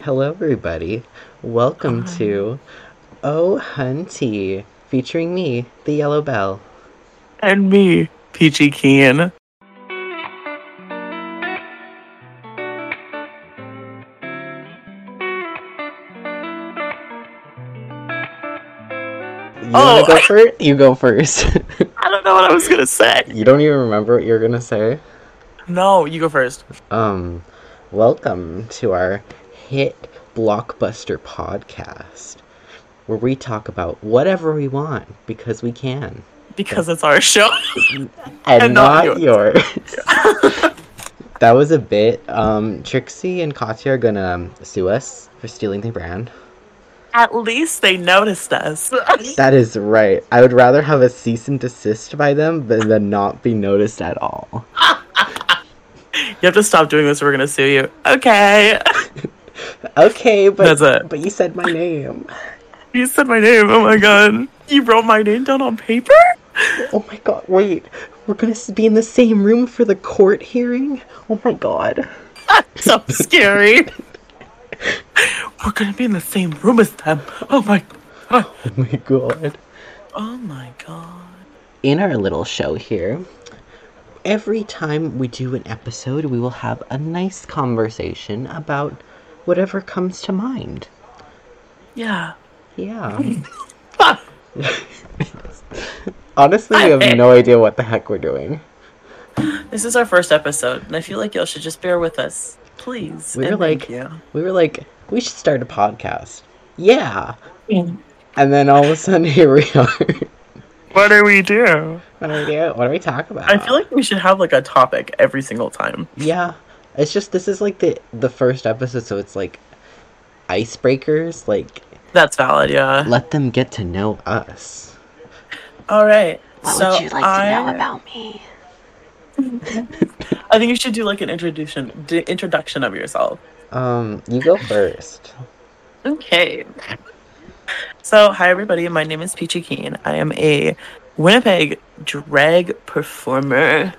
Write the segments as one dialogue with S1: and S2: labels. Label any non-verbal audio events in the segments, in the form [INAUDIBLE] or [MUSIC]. S1: Hello, everybody. Welcome to Oh Hunty, featuring me, the Yellow Bell.
S2: And me, Peachy Keen.
S1: You
S2: Oh,
S1: wanna go first? You go first. [LAUGHS]
S2: I don't know what I was gonna say.
S1: you don't even remember what you're gonna say.
S2: No, you go first.
S1: Um, welcome to our hit blockbuster podcast, where we talk about whatever we want because we can,
S2: Because it's our show. [LAUGHS]
S1: and,
S2: And
S1: not,
S2: not
S1: yours. [LAUGHS] that was a bit. Um, Trixie and Katya are gonna sue us for stealing their brand.
S2: At least they noticed us.
S1: That is right. I would rather have a cease and desist by them than, than not be noticed at all.
S2: You have to stop doing this or we're gonna sue you. Okay. [LAUGHS]
S1: Okay, but
S2: That's it.
S1: but you said my name.
S2: You said my name. Oh my god. You wrote my name down on paper? [LAUGHS]
S1: Oh my god, wait. We're gonna s- be in the same room for the court hearing? Oh my god.
S2: so scary. [LAUGHS] we're gonna be in the same room as them. Oh my god.
S1: [LAUGHS] Oh my god.
S2: Oh my god.
S1: In our little show here, every time we do an episode, we will have a nice conversation about whatever comes to mind.
S2: Yeah.
S1: Yeah. [LAUGHS] Honestly, we have
S2: [LAUGHS] Okay.
S1: no idea what the heck we're doing.
S2: This is our first episode, and I feel like y'all should just bear with us. Please.
S1: We were
S2: and thank
S1: like, we were like, we should start a podcast. Yeah.
S2: you.
S1: And then all of a sudden, [LAUGHS] here we are.
S2: What do we do?
S1: what do we do? What do we talk about?
S2: I feel like we should have like a topic every single time.
S1: Yeah, it's just this is like the the first episode, so it's like icebreakers. Like,
S2: That's valid, yeah.
S1: let them get to know us.
S2: All right. so I,
S1: about me?
S2: I think you should do like an introduction, d- introduction of yourself.
S1: Um, you go first.
S2: Okay. So, hi everybody. My name is Peachy Keen. I am a Winnipeg drag performer,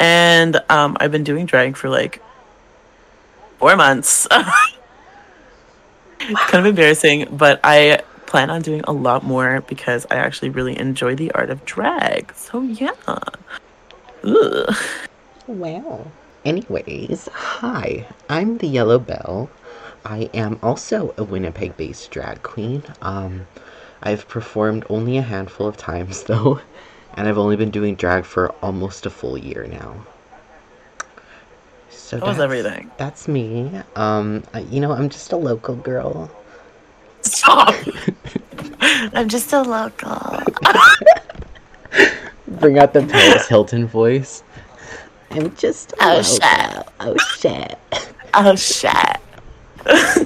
S2: and um, I've been doing drag for like four months. [LAUGHS] kind of embarrassing, but I plan on doing a lot more because I actually really enjoy the art of drag. So yeah. Ugh. [LAUGHS]
S1: Wow. Anyways, hi, I'm the Yellow Bell. I am also a Winnipeg based drag queen. Um, I've performed only a handful of times [LAUGHS] though, and I've only been doing drag for almost a full year now. So
S2: That was
S1: that's-
S2: everything.
S1: That's me. Um, uh, you know, I'm just a local girl.
S2: Stop. I'm just a local.
S1: Bring out the Paris Hilton voice. I'm just a local. Oh shit.
S2: Oh shit.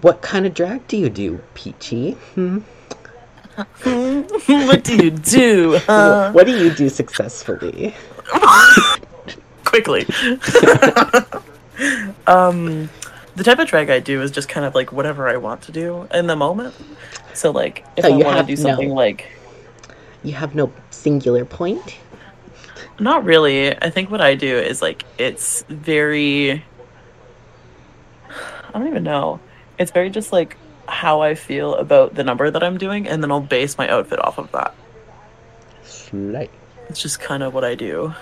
S1: What kind of drag do you do, Peachy? Hmm?
S2: [LAUGHS] what do you do? huh?
S1: Wh- what do you do successfully?
S2: [LAUGHS] Quickly. um, the type of drag I do is just kind of like whatever I want to do in the moment. So like, if
S1: So
S2: I
S1: Oh, you
S2: want
S1: have
S2: to do
S1: no-
S2: something like,
S1: You have no singular point.
S2: not really. I think what I do is like it's very. I don't even know. It's very just like how I feel about the number that I'm doing, and then I'll base my outfit off of that.
S1: Slight.
S2: It's just kind of what I do.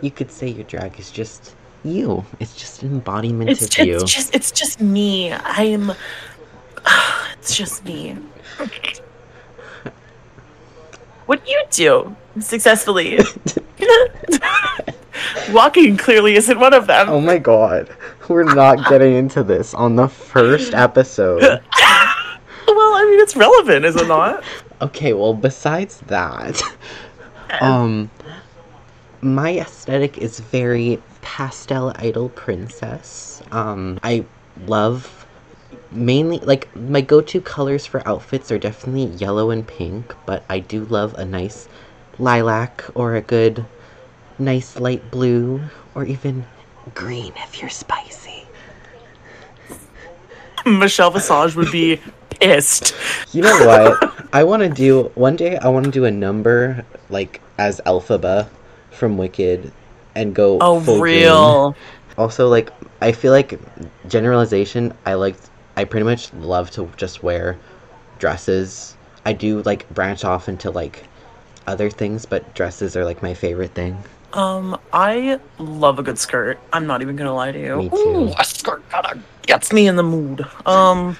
S1: You could say your drag is just you. It's just an embodiment
S2: It's
S1: of
S2: just,
S1: you.
S2: it's just it's just me. I'm. [SIGHS] It's just me. What do you do successfully? [LAUGHS] Walking clearly isn't one of them.
S1: Oh my god. We're not getting into this on the
S2: [LAUGHS]
S1: first episode.
S2: Well, I mean, it's relevant, is it not? [LAUGHS]
S1: Okay, well, besides that, [LAUGHS] um, my aesthetic is very pastel idol princess. Um, I love mainly like my go-to colors for outfits are definitely yellow and pink, but I do love a nice lilac or a good nice light blue or even green if you're spicy.
S2: Michelle Visage would be pissed.
S1: You know what? I want to do one day. I want to do a number like as Elphaba from Wicked, and go.
S2: Oh,
S1: full green.
S2: real.
S1: also like I feel like generalization. I like I pretty much love to just wear dresses. I do like branch off into like other things, but dresses are like my favorite thing.
S2: Um, I love a good skirt. I'm not even gonna lie to you.
S1: Me too.
S2: Ooh, a skirt kinda gets me in the mood. Um,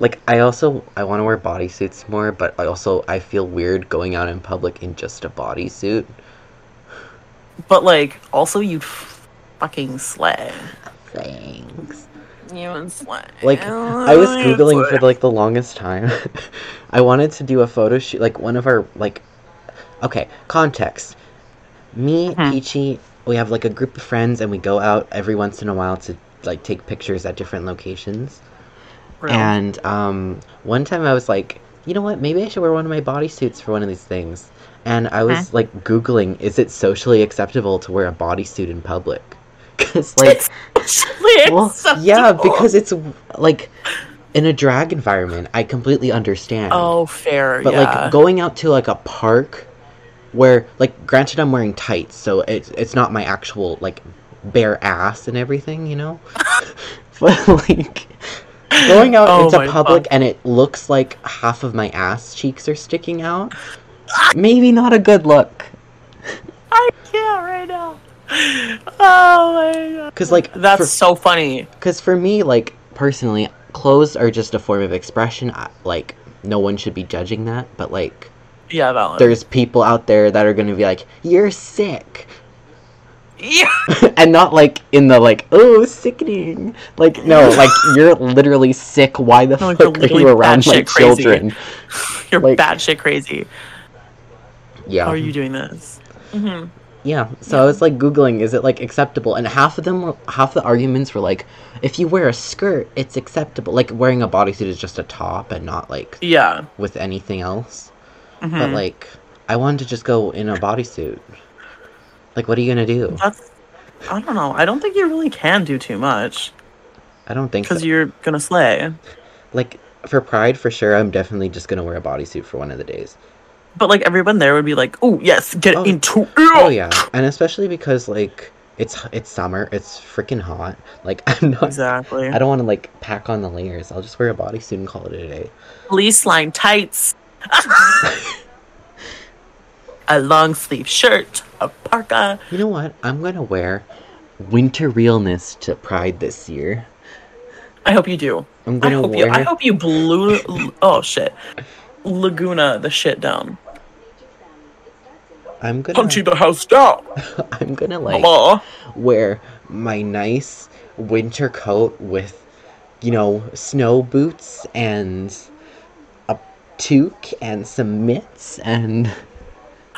S1: Like I also I want to wear bodysuits more, but I also I feel weird going out in public in just a bodysuit.
S2: but like, also you fucking slay.
S1: Thanks.
S2: You and Oh, slay.
S1: Like I was googling for like the longest time. [LAUGHS] I wanted to do a photo shoot, like one of our like. Okay, context. Me,
S2: Mhm.
S1: Peachy, we have like a group of friends, and we go out every once in a while to like take pictures at different locations.
S2: [LAUGHS]
S1: And um, one time I was like, you know what? Maybe I should wear one of my bodysuits for one of these things. And I was like googling, is it socially acceptable to wear a bodysuit in public? [LAUGHS] Because like,
S2: [LAUGHS]
S1: well, yeah, because it's like in a drag environment, I completely understand.
S2: oh, fair.
S1: but
S2: yeah.
S1: like going out to like a park where like granted I'm wearing tights, so it's it's not my actual like bare ass and everything, you know? [LAUGHS] but like going out
S2: Oh my
S1: into public
S2: God.
S1: and it looks like half of my ass cheeks are sticking out. Maybe not a good look.
S2: I can't right now. Oh my god.
S1: Cause like
S2: That's
S1: for-
S2: so funny.
S1: Because for me, like, personally, clothes are just a form of expression. I, like, no one should be judging that, but, like,
S2: Yeah, that one.
S1: there's people out there that are gonna be like, you're sick. [LAUGHS]
S2: [LAUGHS] yeah.
S1: and not, like, in the, like, oh, sickening. Like,
S2: [LAUGHS]
S1: no, like, you're literally sick. Why the
S2: No, like,
S1: fuck
S2: you're
S1: are you
S2: literally
S1: around my
S2: batshit crazy.
S1: children?
S2: You're
S1: Like-
S2: batshit crazy.
S1: Yeah.
S2: How are you doing this? hmm
S1: Yeah, so I was like googling, is it like acceptable? And half of them, were, half the arguments were like, if you wear a skirt, it's acceptable. Like wearing a bodysuit is just a top and not like
S2: Yeah.
S1: with anything else. But
S2: Mhm.
S1: like, I wanted to just go in a bodysuit. Like, what are you gonna do?
S2: That's. I don't know. I don't think you really can do too much
S1: I don't think so.
S2: because you're gonna slay.
S1: Like for Pride, for sure, I'm definitely just gonna wear a bodysuit for one of the days.
S2: But like everyone there would be like, "Oh yes, get
S1: Oh.
S2: into it."
S1: Oh yeah, and especially because like it's it's summer, it's freaking hot. Like [LAUGHS] I'm not.
S2: Exactly.
S1: I don't want to like pack on the layers. I'll just wear a bodysuit and call it a day.
S2: Police line tights. [LAUGHS] a long sleeve shirt. A parka.
S1: You know what? I'm gonna wear winter realness to Pride this year.
S2: I hope you do.
S1: I'm
S2: I
S1: gonna
S2: hope
S1: wear.
S2: you. I hope you blew. oh shit, Laguna the shit down.
S1: I'm gonna.
S2: Punching the house down.
S1: [LAUGHS] I'm gonna like.
S2: Mama.
S1: wear my nice winter coat with, you know, snow boots and a toque and some mitts and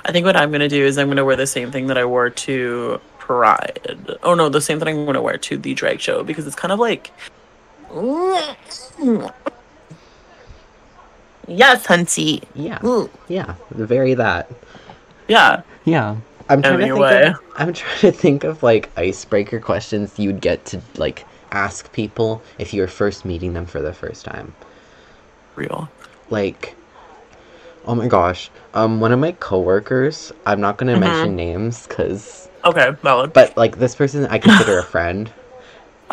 S2: I think what I'm gonna do is I'm gonna wear the same thing that I wore to Pride. Oh no, the same thing I'm gonna wear to the drag show because it's kind of like.
S1: [LAUGHS]
S2: Yes, hunty.
S1: yeah,
S2: Mm.
S1: yeah, very that.
S2: Yeah.
S1: Yeah. I'm trying to
S2: Anyway.
S1: think of, I'm trying to think of like icebreaker questions you'd get to like ask people if you were first meeting them for the first time.
S2: Real.
S1: like oh my gosh um one of my coworkers i'm not gonna
S2: Mhm.
S1: mention names because
S2: Okay, valid.
S1: but like this person i consider a friend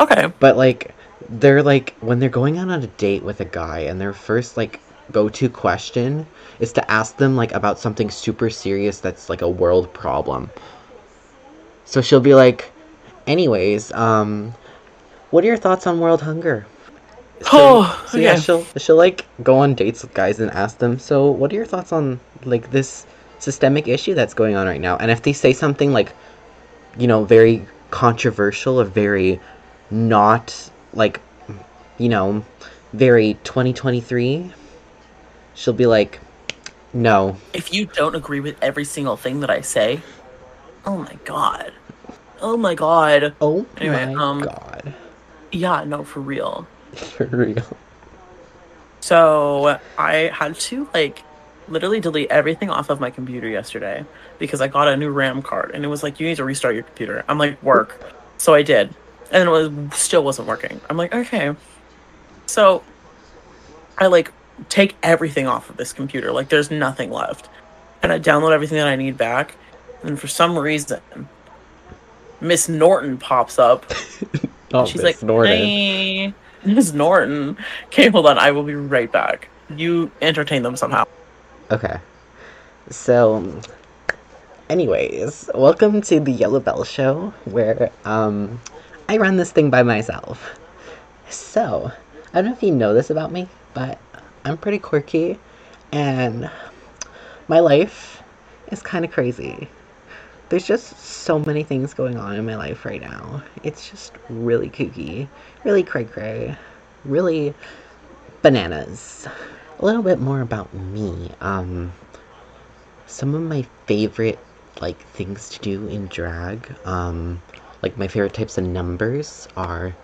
S2: okay.
S1: but like they're like when they're going out on a date with a guy and their first like go-to question is to ask them like about something super serious that's like a world problem so she'll be like anyways um what are your thoughts on world
S2: [SIGHS]
S1: hunger
S2: Oh,
S1: so yeah,
S2: okay.
S1: she'll she'll like go on dates with guys and ask them. So, what are your thoughts on like this systemic issue that's going on right now? And if they say something like, you know, very controversial or very not like, you know, very 2023, she'll be like, no,
S2: If you don't agree with every single thing that I say, oh my god. Oh my god.
S1: oh
S2: Anyway,
S1: my
S2: um,
S1: god, [LAUGHS]
S2: Yeah, no, for real.
S1: for real.
S2: So I had to like literally delete everything off of my computer yesterday because I got a new RAM card and it was like you need to restart your computer. I'm like work, so I did, and it was still wasn't working. I'm like okay, so I like take everything off of this computer. Like there's nothing left, and I download everything that I need back. And for some reason, Miss Norton pops up.
S1: Oh,
S2: She's
S1: Miss
S2: like, "Hey, [LAUGHS] Miss Norton. Okay, hold on. I will be right back. You entertain them somehow.
S1: Okay. So, anyways, welcome to the Yellow Bell Show, where um, I run this thing by myself. So, I don't know if you know this about me, but I'm pretty quirky, and my life is kind of crazy. There's just so many things going on in my life right now. It's just really kooky, really cray cray, really bananas. A little bit more about me. Um, some of my favorite like things to do in drag. Um, like my favorite types of numbers are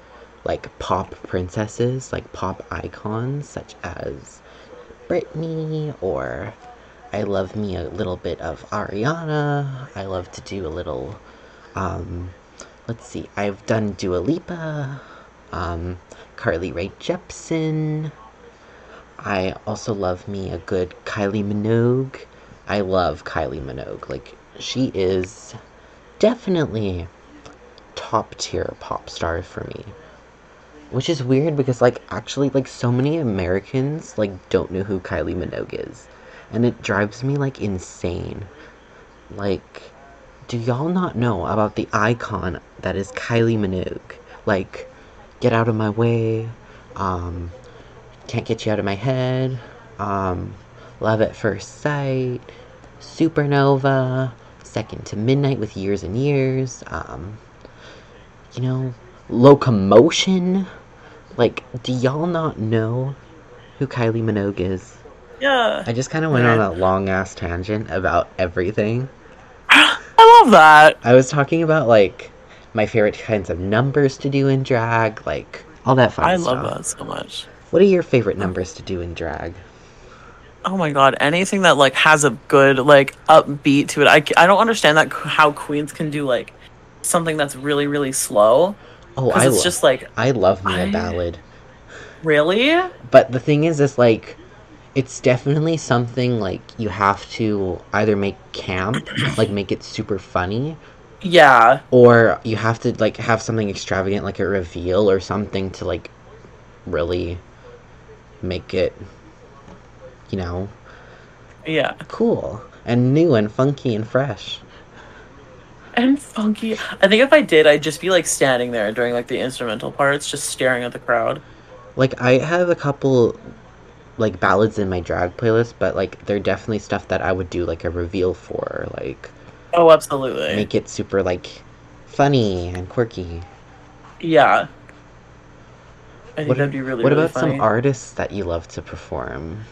S1: like pop princesses, like pop icons such as Britney or I love me a little bit of Ariana. I love to do a little um let's see. I've done Dua Lipa, um Carly Rae Jepsen. I also love me a good Kylie Minogue. I love Kylie Minogue. Like she is definitely top tier pop star for me. Which is weird because like actually like so many Americans like don't know who Kylie Minogue is. And it drives me like insane. Like do y'all not know about the icon that is Kylie Minogue? Like get out of my way. Um can't Get You Out of My Head, um, Love at First Sight, Supernova, Second to Midnight with Years and Years, um, you know, Locomotion. Like, do y'all not know who Kylie Minogue is?
S2: Yeah.
S1: I just kind of went on a long ass tangent about everything.
S2: I love that.
S1: I was talking about, like, my favorite kinds of numbers to do in drag, like, all that fun
S2: I
S1: stuff.
S2: love that so much.
S1: What are your favorite numbers to do in drag?
S2: Oh my god, anything that like has a good like upbeat to it. I, I don't understand that how queens can do like something that's really really slow
S1: Oh,
S2: because
S1: I
S2: it's
S1: love.
S2: just like
S1: I love me a
S2: I-
S1: ballad.
S2: really
S1: But the thing is, is like, it's definitely something like you have to either make camp, like make it super funny,
S2: yeah
S1: or you have to like have something extravagant, like a reveal or something to like really make it, you know,
S2: yeah
S1: cool and new and funky and fresh.
S2: and funky. I think if I did, I'd just be like standing there during like the instrumental parts, just staring at the crowd.
S1: Like I have a couple like ballads in my drag playlist, but like they're definitely stuff that I would do like a reveal for, like
S2: Oh, absolutely.
S1: make it super like funny and quirky.
S2: yeah. I think that'd be really,
S1: what
S2: really
S1: about
S2: funny.
S1: some artists that you love to perform?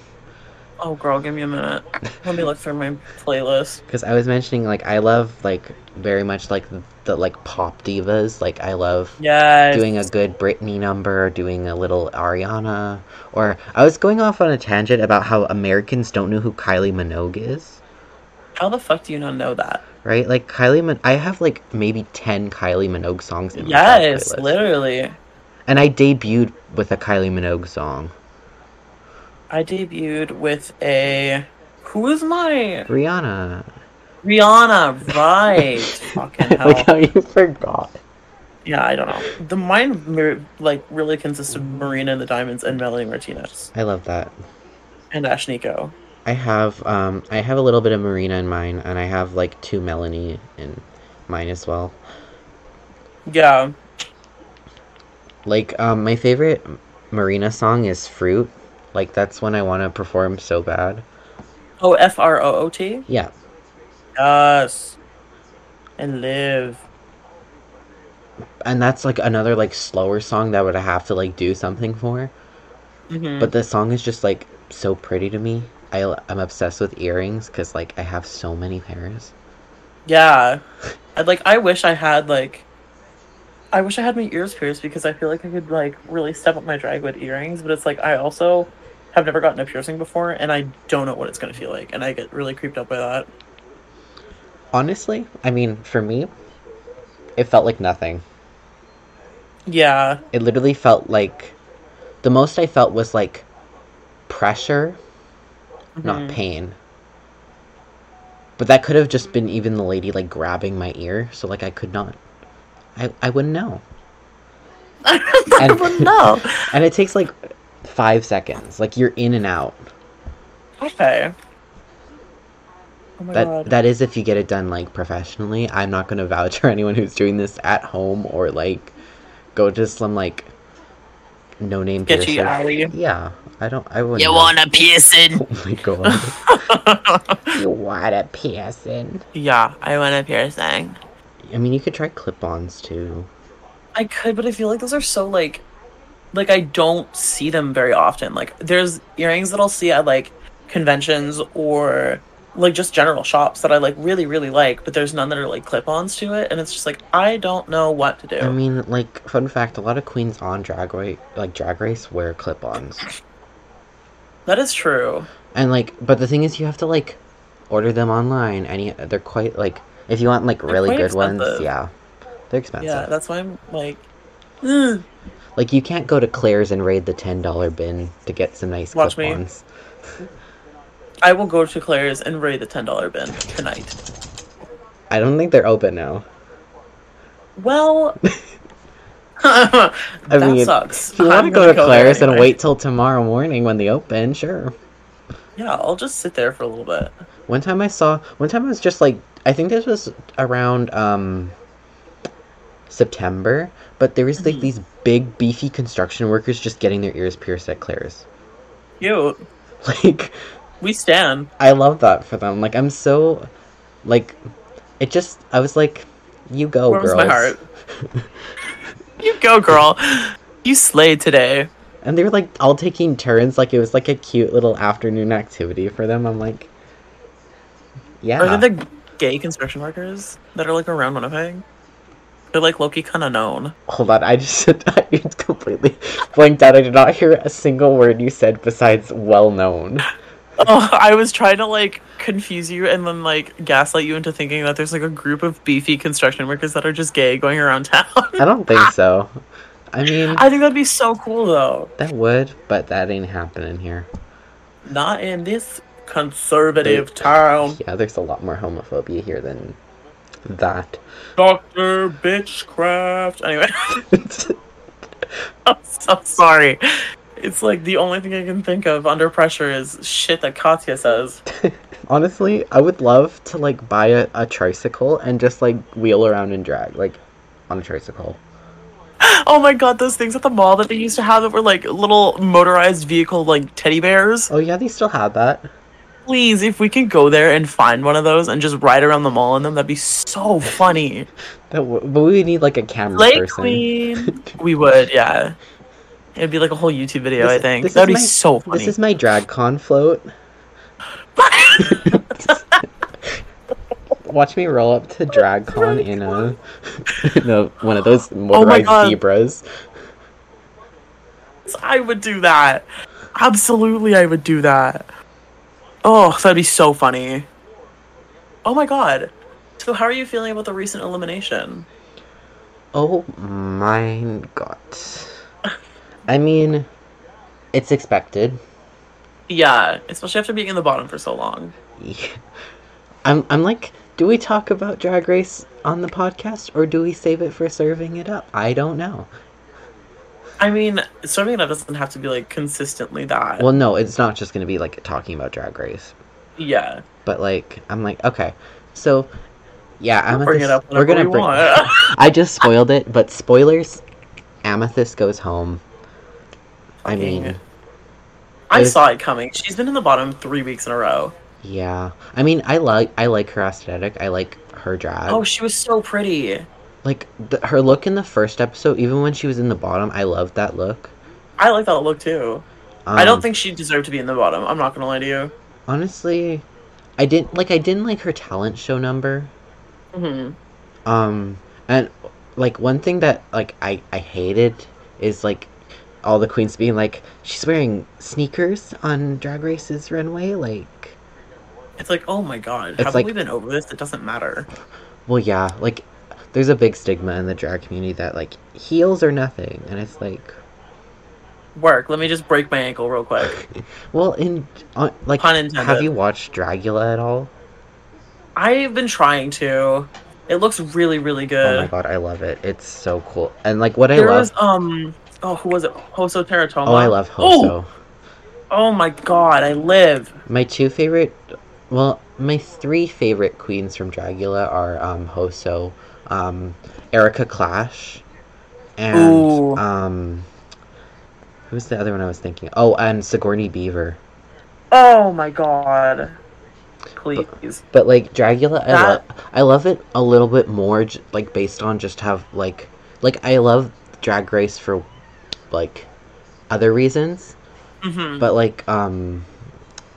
S2: Oh, girl, give me
S1: [LAUGHS]
S2: a minute. Let me look through my playlist.
S1: Because I was mentioning like I love like very much like the like pop divas. Like I love
S2: Yes.
S1: doing a good Britney number, doing a little Ariana, or I was going off on a tangent about how Americans don't know who Kylie Minogue is.
S2: How the fuck do you not know that?
S1: Right, like Kylie, Min- I have like maybe ten Kylie Minogue songs in my drag
S2: Yes,
S1: playlist.
S2: literally.
S1: and I debuted with a Kylie Minogue song.
S2: I debuted with a. Who is my
S1: Rihanna, [LAUGHS]
S2: Rihanna? Right. Fucking hell.
S1: like how you forgot.
S2: Yeah, I don't know. The mine mer- like really consists of Marina and the Diamonds and Melanie Martinez
S1: I love that.
S2: and Ash Nico.
S1: I have um I have a little bit of Marina in mine and I have like two Melanie in mine as well.
S2: Yeah.
S1: Like um my favorite Marina song is Fruit. Like that's when I want to perform so bad.
S2: Oh, F R O O T.
S1: Yeah.
S2: Yes. And live.
S1: And that's like another like slower song that I would have to like do something for.
S2: hmm
S1: But the song is just like so pretty to me. I I'm obsessed with earrings cuz like I have so many pairs.
S2: yeah. I'd like. I wish I had like. I wish I had my ears pierced because I feel like I could like really step up my drag with earrings. But it's like I also have never gotten a piercing before, and I don't know what it's gonna feel like, and I get really creeped out by that.
S1: Honestly, I mean for me it felt like nothing.
S2: Yeah.
S1: It literally felt like the most I felt was like pressure, not
S2: Mhm.
S1: pain. But that could have just been even the lady like grabbing my ear, so like I could not I, I wouldn't know.
S2: [LAUGHS] I
S1: And-
S2: wouldn't know.
S1: And it takes like five seconds. Like you're in and out.
S2: Oh Okay. Oh my
S1: That
S2: god.
S1: that is if you get it done like professionally. I'm not gonna vouch for [LAUGHS] anyone who's doing this at home or like go to some like no name
S2: Sketchy alley.
S1: Yeah, I don't. I wouldn't.
S2: You
S1: know. [LAUGHS]
S2: want a piercing?
S1: Oh my god. you want a piercing?
S2: [LAUGHS] yeah, I want a piercing.
S1: I mean, you could try clip-ons too.
S2: I could, but I feel like those are so like, like I don't see them very often. Like there's earrings that I'll see at like conventions or like just general shops that I like really really like, but there's none that are like clip-ons to it, and it's just like I don't know what to do.
S1: I mean, like fun fact: a lot of queens on drag race, like drag race, wear clip-ons.
S2: that is true.
S1: And like, but the thing is, you have to like order them online, and you, they're quite like if you want like really
S2: quite
S1: good ones,
S2: expensive.
S1: yeah, they're expensive.
S2: Yeah, that's why I'm like, "Ugh."
S1: Like you can't go to Claire's and raid the ten dollar bin to get some nice
S2: Watch me.
S1: clip-ons.
S2: I will go to Claire's and raid the ten dollar bin tonight.
S1: I don't think they're open now.
S2: Well, [LAUGHS] that
S1: mean,
S2: sucks.
S1: If you want
S2: [LAUGHS] I'm
S1: to go
S2: gonna
S1: to
S2: there
S1: Claire's and
S2: anyway.
S1: wait till tomorrow morning when they open, sure.
S2: Yeah, I'll just sit there for a little bit.
S1: One time I saw, one time I was just like, I think this was around um September, but there was like
S2: Mhm.
S1: these big beefy construction workers just getting their ears pierced at Claire's. [LAUGHS]
S2: Cute.
S1: Like
S2: We stand.
S1: I love that for them. Like I'm so, like, it just I was like, you go,
S2: Warms
S1: girls.
S2: my heart. You go, girl. You slayed today.
S1: And they were like all taking turns, like it was like a cute little afternoon activity for them. I'm like, yeah.
S2: Are they the gay construction workers that are like around Winnipeg? They're like Loki kind of known.
S1: Hold on, I just [LAUGHS] I just completely blanked out. I did not hear a single word you said besides well known.
S2: Oh, I was trying to like confuse you and then like gaslight you into thinking that there's like a group of beefy construction workers that are just gay going around [LAUGHS] town.
S1: I don't think so. I mean,
S2: I think that'd be so cool though.
S1: that would, but that ain't happening here.
S2: Not in this conservative town.
S1: Yeah, there's a lot more homophobia here than that. [LAUGHS]
S2: Dr. Bitchcraft. Anyway, [LAUGHS] I'm so sorry. It's like the only thing I can think of under pressure is shit that Katya says.
S1: Honestly, I would love to like buy a, a tricycle and just like wheel around and drag like on a tricycle.
S2: Oh my god, those things at the mall that they used to have that were like little motorized vehicle like teddy bears.
S1: Oh yeah, they still have that.
S2: Please, if we could go there and find one of those and just ride around the mall in them, that'd be
S1: [LAUGHS]
S2: so funny.
S1: That w- but we would need like a camera
S2: Lake
S1: person. [LAUGHS]
S2: Queen. We would, yeah. It'd be like a whole YouTube video, I
S1: This-
S2: think.
S1: this is
S2: That'd be
S1: my-
S2: so funny.
S1: This is my drag con float. [LAUGHS] Watch me roll up to drag Oh con in a, [LAUGHS] in a one of those motorized
S2: God.
S1: zebras.
S2: I would do that. Absolutely, I would do that. Oh, that'd be so funny. Oh my god. So, how are you feeling about the recent elimination?
S1: Oh my god. I mean, it's expected.
S2: Yeah, especially after being in the bottom for so long.
S1: I'm I'm like, do we talk about drag race on the podcast or do we save it for serving it up? I don't know.
S2: I mean, serving it up doesn't have to be like consistently that.
S1: Well, no, it's not just going to be like talking about drag race.
S2: yeah,
S1: but like I'm like okay, so yeah, amethyst.
S2: bring it up
S1: we're
S2: whenever
S1: gonna
S2: we
S1: bring.
S2: want.
S1: I just spoiled it, but spoilers. Amethyst goes home. I mean,
S2: Fucking- [LAUGHS] I
S1: If-
S2: saw it coming. She's been in the bottom three weeks in a row.
S1: yeah. I mean, I like I like her aesthetic. I like her drag.
S2: Oh, she was so pretty.
S1: like the, her look in the first episode, even when she was in the bottom, I loved that look.
S2: I like that look too.
S1: Um,
S2: I don't think she deserved to be in the bottom. I'm not gonna lie to you.
S1: honestly, I didn't like I didn't like her talent show number.
S2: hmm
S1: Mm-hmm. Um, and like one thing that like I I hated is like all the queens being like she's wearing sneakers on Drag Race's runway. Like,
S2: It's like, oh my god,
S1: It's
S2: haven't
S1: like-
S2: we been over this? It doesn't matter.
S1: well, yeah, like there's a big stigma in the drag community that like heels are nothing, and it's like,
S2: Work. Let me just break my ankle real quick.
S1: well, in on, like
S2: Pun intended.
S1: have you watched Dragula at all?
S2: I've been trying to. It looks really, really
S1: Oh my
S2: good.
S1: god, I love it. It's so cool. And like what I
S2: there
S1: love.
S2: was um oh who was it? Hoso Teratoma.
S1: Oh, I love
S2: Oh!
S1: Hoso.
S2: Oh my god, I live.
S1: My two favorite, well, my three favorite queens from Dragula are um, Hoso, um, Erica Clash, and
S2: Ooh.
S1: um, who's the other one I was thinking? Oh, and Sigourney Beaver.
S2: Oh my god. Please.
S1: But like Dragula, I, lo-
S2: That-
S1: I love it a little bit more, j- like based on just have like, like I love Drag Race for like other reasons,
S2: hmm
S1: but like um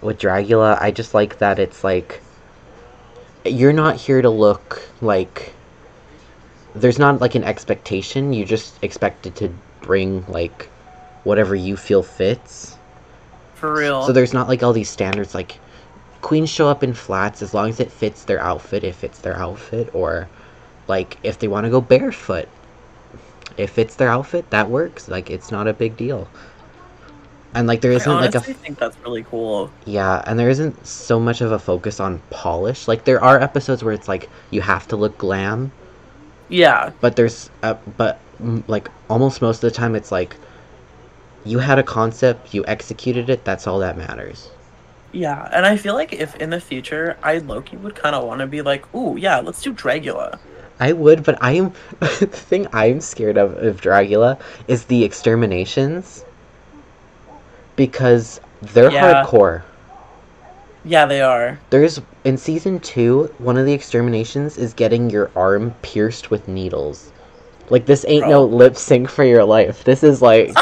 S1: with Dragula, I just like that it's like you're not here to look like there's not like an expectation. You just expected to bring like whatever you feel fits.
S2: For real.
S1: So there's not like all these standards like queens show up in flats as long as it fits their outfit, if it's their outfit, or like if they want to go barefoot, if it's their outfit, that works. Like it's not a big deal. And like there
S2: I
S1: isn't like a
S2: honestly think that's really cool.
S1: yeah, and there isn't so much of a focus on polish. Like there are episodes where it's like you have to look glam,
S2: Yeah.
S1: but there's uh, but mm, like almost most of the time it's like you had a concept, you executed it, that's all that matters.
S2: Yeah. And I feel like if in the future I Loki would kinda wanna be like, ooh yeah, let's do Dragula.
S1: I would, but I am [LAUGHS] the thing I'm scared of of Dragula is the exterminations because they're
S2: Yeah.
S1: hardcore.
S2: Yeah, they are. [LAUGHS]
S1: There's in season 2, one of the exterminations is getting your arm pierced with needles. Like this ain't no lip sync for your life. This is
S2: [LAUGHS]
S1: like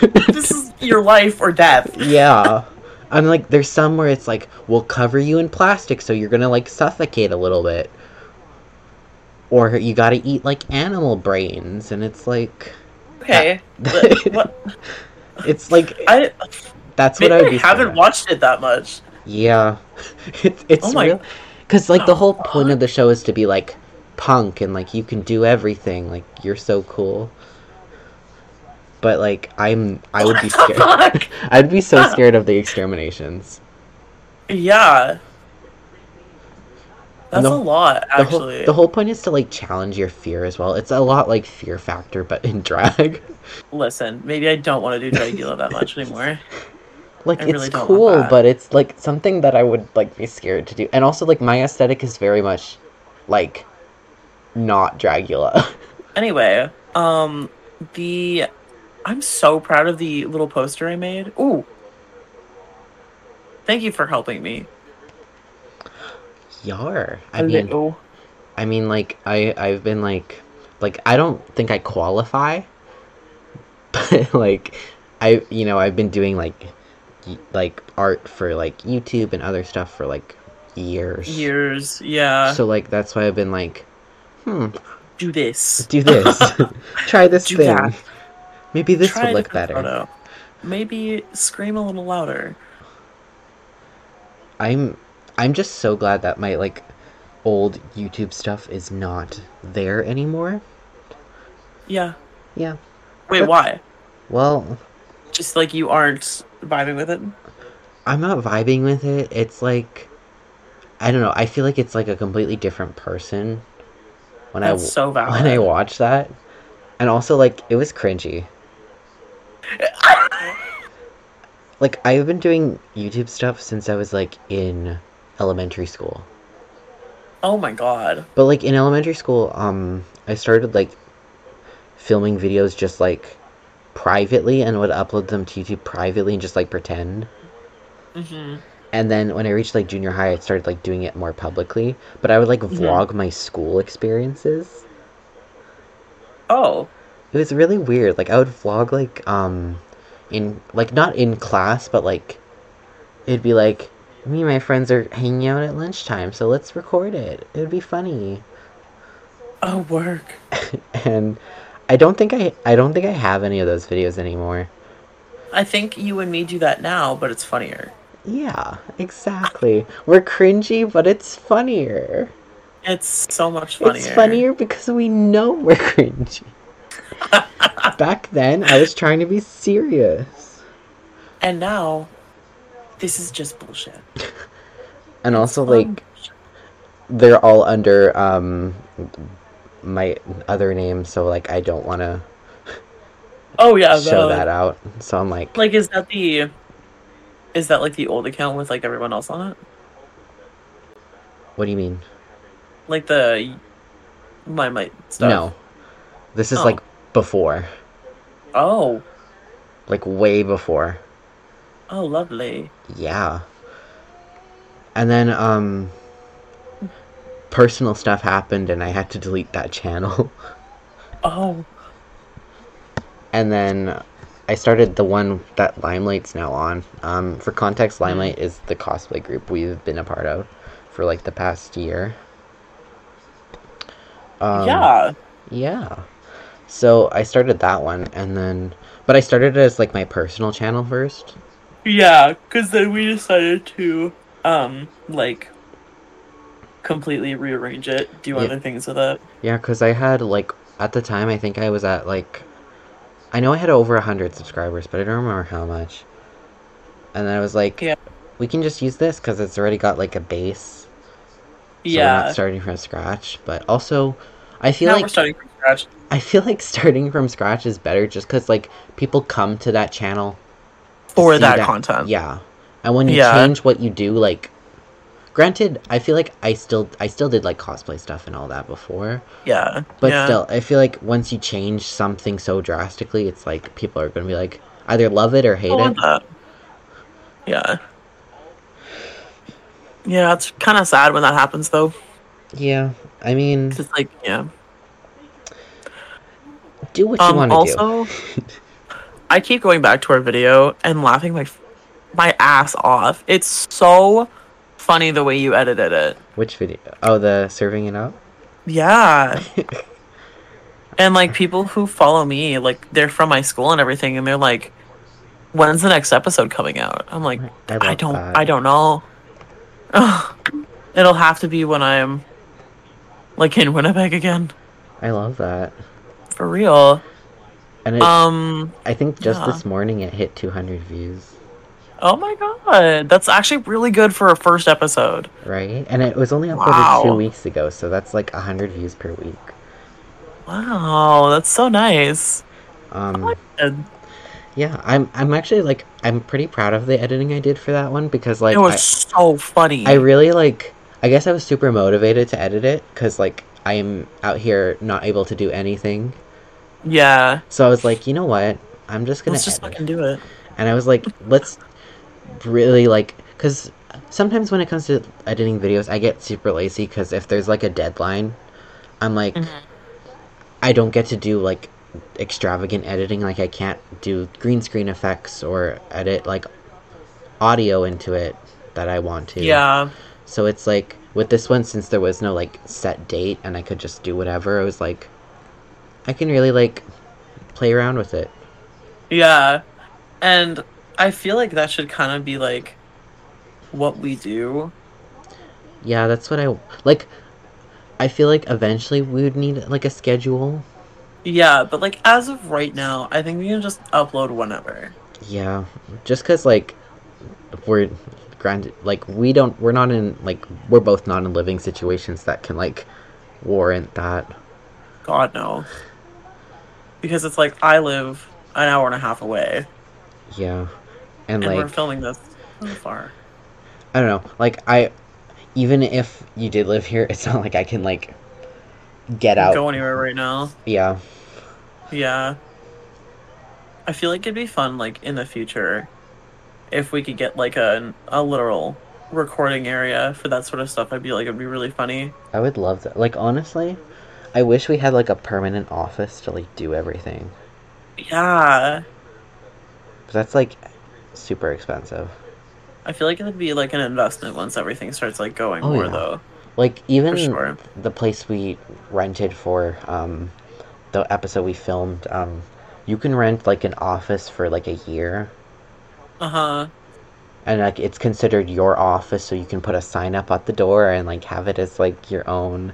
S2: this is your life or death.
S1: yeah. I'm like there's some where it's like we'll cover you in plastic so you're going to like suffocate a little bit. Or you got to eat like animal brains and it's like [LAUGHS]
S2: Okay. but [LAUGHS] what
S1: It's like
S2: I
S1: that's what
S2: maybe
S1: I would
S2: I
S1: be.
S2: haven't
S1: scared of.
S2: watched it that much.
S1: Yeah, [LAUGHS] it, it's
S2: Oh my-
S1: Because like the whole
S2: Oh,
S1: point of the show is to be like punk and like you can do everything. Like you're so cool. But like I'm, I would be
S2: What the
S1: scared.
S2: fuck?
S1: [LAUGHS] I'd be so scared of the exterminations.
S2: Yeah. That's
S1: The-
S2: a lot,
S1: The whole,
S2: actually.
S1: the whole point is to like challenge your fear as well. It's a lot like Fear Factor, but in [LAUGHS] drag.
S2: Listen, maybe I don't want to do Dragula
S1: [LAUGHS]
S2: that much anymore.
S1: Like
S2: I
S1: it's
S2: really don't want
S1: cool,
S2: that.
S1: but it's like something that I would like be scared to do. And also like my aesthetic is very much like not Dragula. [LAUGHS]
S2: Anyway, um, the I'm so proud of the little poster I made. Ooh, thank you for helping me.
S1: Yar. I
S2: A
S1: mean
S2: little.
S1: I mean like I I've been like like I don't think I qualify. [LAUGHS] But like I you know, I've been doing like y- like art for like YouTube and other stuff for like years.
S2: years, yeah.
S1: So like that's why I've been like
S2: [LAUGHS]
S1: hmm,
S2: do this.
S1: do
S2: [LAUGHS]
S1: this. Try this
S2: Do
S1: thing.
S2: that.
S1: Maybe this
S2: Try a
S1: would look
S2: different
S1: better.
S2: photo. Maybe scream a little louder.
S1: I'm I'm just so glad that my like old YouTube stuff is not there anymore.
S2: Yeah.
S1: Yeah.
S2: Wait, why?
S1: Well,
S2: Just like you aren't vibing with it.
S1: I'm not vibing with it. It's like I don't know. I feel like it's like a completely different person when I
S2: That's so valid.
S1: when I watch that. And also like it was
S2: [LAUGHS]
S1: cringy. Like I've been doing YouTube stuff since I was like in elementary school.
S2: oh my god.
S1: But like in elementary school, um, I started like filming videos just like privately and would upload them to YouTube privately and just like pretend.
S2: hmm
S1: And then when I reached like junior high, I started like doing it more publicly. But I would like vlog my school experiences.
S2: Oh,
S1: It was really weird. Like I would vlog like um in like not in class, but like it'd be like me and my friends are hanging out at lunchtime, so let's record it. It would be funny. [LAUGHS]
S2: oh, work.
S1: and I don't think I I don't think I have any of those videos anymore.
S2: I think you and me do that now, but it's funnier.
S1: Yeah, exactly. We're cringy, but it's funnier.
S2: It's so much funnier.
S1: It's funnier because we know we're [LAUGHS] cringy. Back then, I was trying to be serious,
S2: And now, this is just bullshit.
S1: and also
S2: Fun
S1: like
S2: bullshit.
S1: they're all under um my other name, so like I don't want to
S2: Oh yeah, the,
S1: show that out. So I'm like,
S2: Like, is that the? Is that like the old account with like everyone else on it?
S1: what do you mean?
S2: Like the limelight stuff.
S1: No, this is
S2: Oh.
S1: like before,
S2: Oh,
S1: like way before.
S2: oh, lovely.
S1: Yeah. And then um personal stuff happened and I had to delete that channel. [LAUGHS]
S2: Oh,
S1: and then I started the one that Limelight's now on. Um for context,
S2: Mm-hmm.
S1: Limelight is the cosplay group we've been a part of for like the past year. Um,
S2: yeah.
S1: Yeah. So I started that one and then but I started it as like my personal channel first.
S2: Yeah, because then we decided to, um, like, completely rearrange it, do
S1: Yeah.
S2: other things with it.
S1: Yeah, because I had like at the time I think I was at like I know I had over hundred subscribers, but I don't remember how much. And then I was like,
S2: Yeah.
S1: we can just use this because it's already got like a base, so we're
S2: yeah.
S1: not starting from scratch. But also, I feel
S2: now
S1: like
S2: we're starting from scratch.
S1: I feel like starting from scratch is better just because like people come to that channel
S2: For
S1: see
S2: that, content.
S1: Yeah, and when you
S2: Yeah.
S1: change what you do, like, granted, I feel like I still I still did like cosplay stuff and all that before,
S2: Yeah.
S1: but
S2: yeah.
S1: still, I feel like once you change something so drastically, it's like people are going to be like either love it or hate
S2: I
S1: it.
S2: want that. Yeah. Yeah, it's kind of sad when that happens, though.
S1: Yeah, I mean,
S2: Because, like, yeah.
S1: do what you
S2: Um,
S1: want to
S2: also, I keep going back to our video and laughing my my ass off. It's so funny the way you edited it.
S1: do. Which video? Oh, the serving it up. [LAUGHS]
S2: Yeah. and like people who follow me, like they're from my school and everything, and they're like, "When's the next episode coming out?" I'm like,
S1: I
S2: "I
S1: love
S2: don't,
S1: that.
S2: I don't know. Ugh. It'll have to be when I'm like in Winnipeg again,
S1: I love that.
S2: for real."
S1: And it,
S2: Um.
S1: I think just
S2: yeah.
S1: this morning it hit 200 views,
S2: Oh my god, that's actually really good for a first episode.
S1: right? And it was only uploaded two
S2: Wow.
S1: weeks ago, so that's like 100 views per week.
S2: Wow, that's so nice.
S1: Um,
S2: And
S1: yeah, I'm I'm actually like I'm pretty proud of the editing I did for that one because like
S2: it was
S1: I-
S2: so funny.
S1: I really like. I guess I was super motivated to edit it because like I'm out here not able to do anything.
S2: yeah,
S1: So I was like, you know what? I'm just gonna
S2: let's just
S1: edit.
S2: fucking do it.
S1: And I was like, let's really like because sometimes when it comes to editing videos, I get super lazy because if there's like a deadline, I'm like, I don't get to do like extravagant editing. Like I can't do green screen effects or edit like audio into it that I want to.
S2: Yeah,
S1: So it's like with this one, since there was no like set date and I could just do whatever, I was like, I can really like play around with it.
S2: yeah. And I feel like that should kind of be like what we do.
S1: Yeah, that's what I like. I feel like eventually we would need like a schedule.
S2: Yeah, but like as of right now, I think we can just upload whenever.
S1: Yeah, just because like we're granted, like we don't, we're not in like we're both not in living situations that can like warrant that.
S2: God no. Because it's like I live an hour and a half away
S1: Yeah, and
S2: and
S1: like
S2: we're filming this so far.
S1: I don't know. Like I, even if you did live here, it's not like I can like get out.
S2: Go anywhere right now.
S1: Yeah,
S2: Yeah. I feel like it'd be fun, like, in the future, if we could get, like, a, a literal recording area for that sort of stuff. I'd be like, it'd be really funny.
S1: I would love that. Like honestly, I wish we had like a permanent office to like do everything.
S2: Yeah.
S1: But that's like super expensive.
S2: I feel like it'd be, like, an investment once everything starts, like, going
S1: Oh,
S2: more,
S1: yeah.
S2: though.
S1: Like even
S2: For sure.
S1: the place we rented for um, the episode we filmed, um, you can rent like an office for like a year,
S2: Uh huh.
S1: and like it's considered your office, so you can put a sign up at the door and like have it as like your own.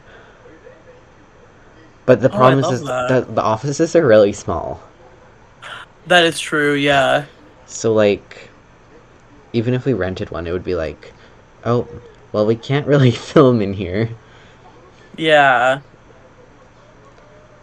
S1: But the
S2: Oh, I
S1: problem
S2: love
S1: is, is
S2: that.
S1: the, the offices are really small.
S2: That is true, yeah.
S1: So like, even if we rented one, it would be like, oh, well, we can't really [LAUGHS] film in here.
S2: Yeah.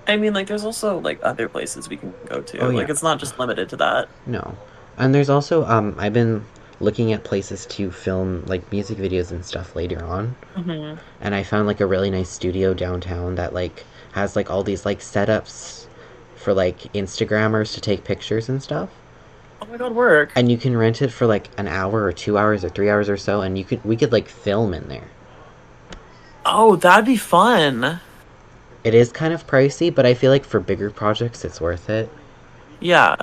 S2: I mean, like, there's also like other places we can go to.
S1: Oh, yeah.
S2: Like, it's not just limited to that.
S1: No. And there's also um I've been looking at places to film like music videos and stuff later on.
S2: Mm-hmm.
S1: And I found like a really nice studio downtown that like has like all these like setups for like Instagrammers to take pictures and stuff.
S2: Oh my god, work.
S1: And you can rent it for like an hour or 2 hours or 3 hours or so and you could we could like film in there.
S2: Oh, that'd be fun.
S1: It is kind of pricey, but I feel like for bigger projects it's worth it.
S2: Yeah.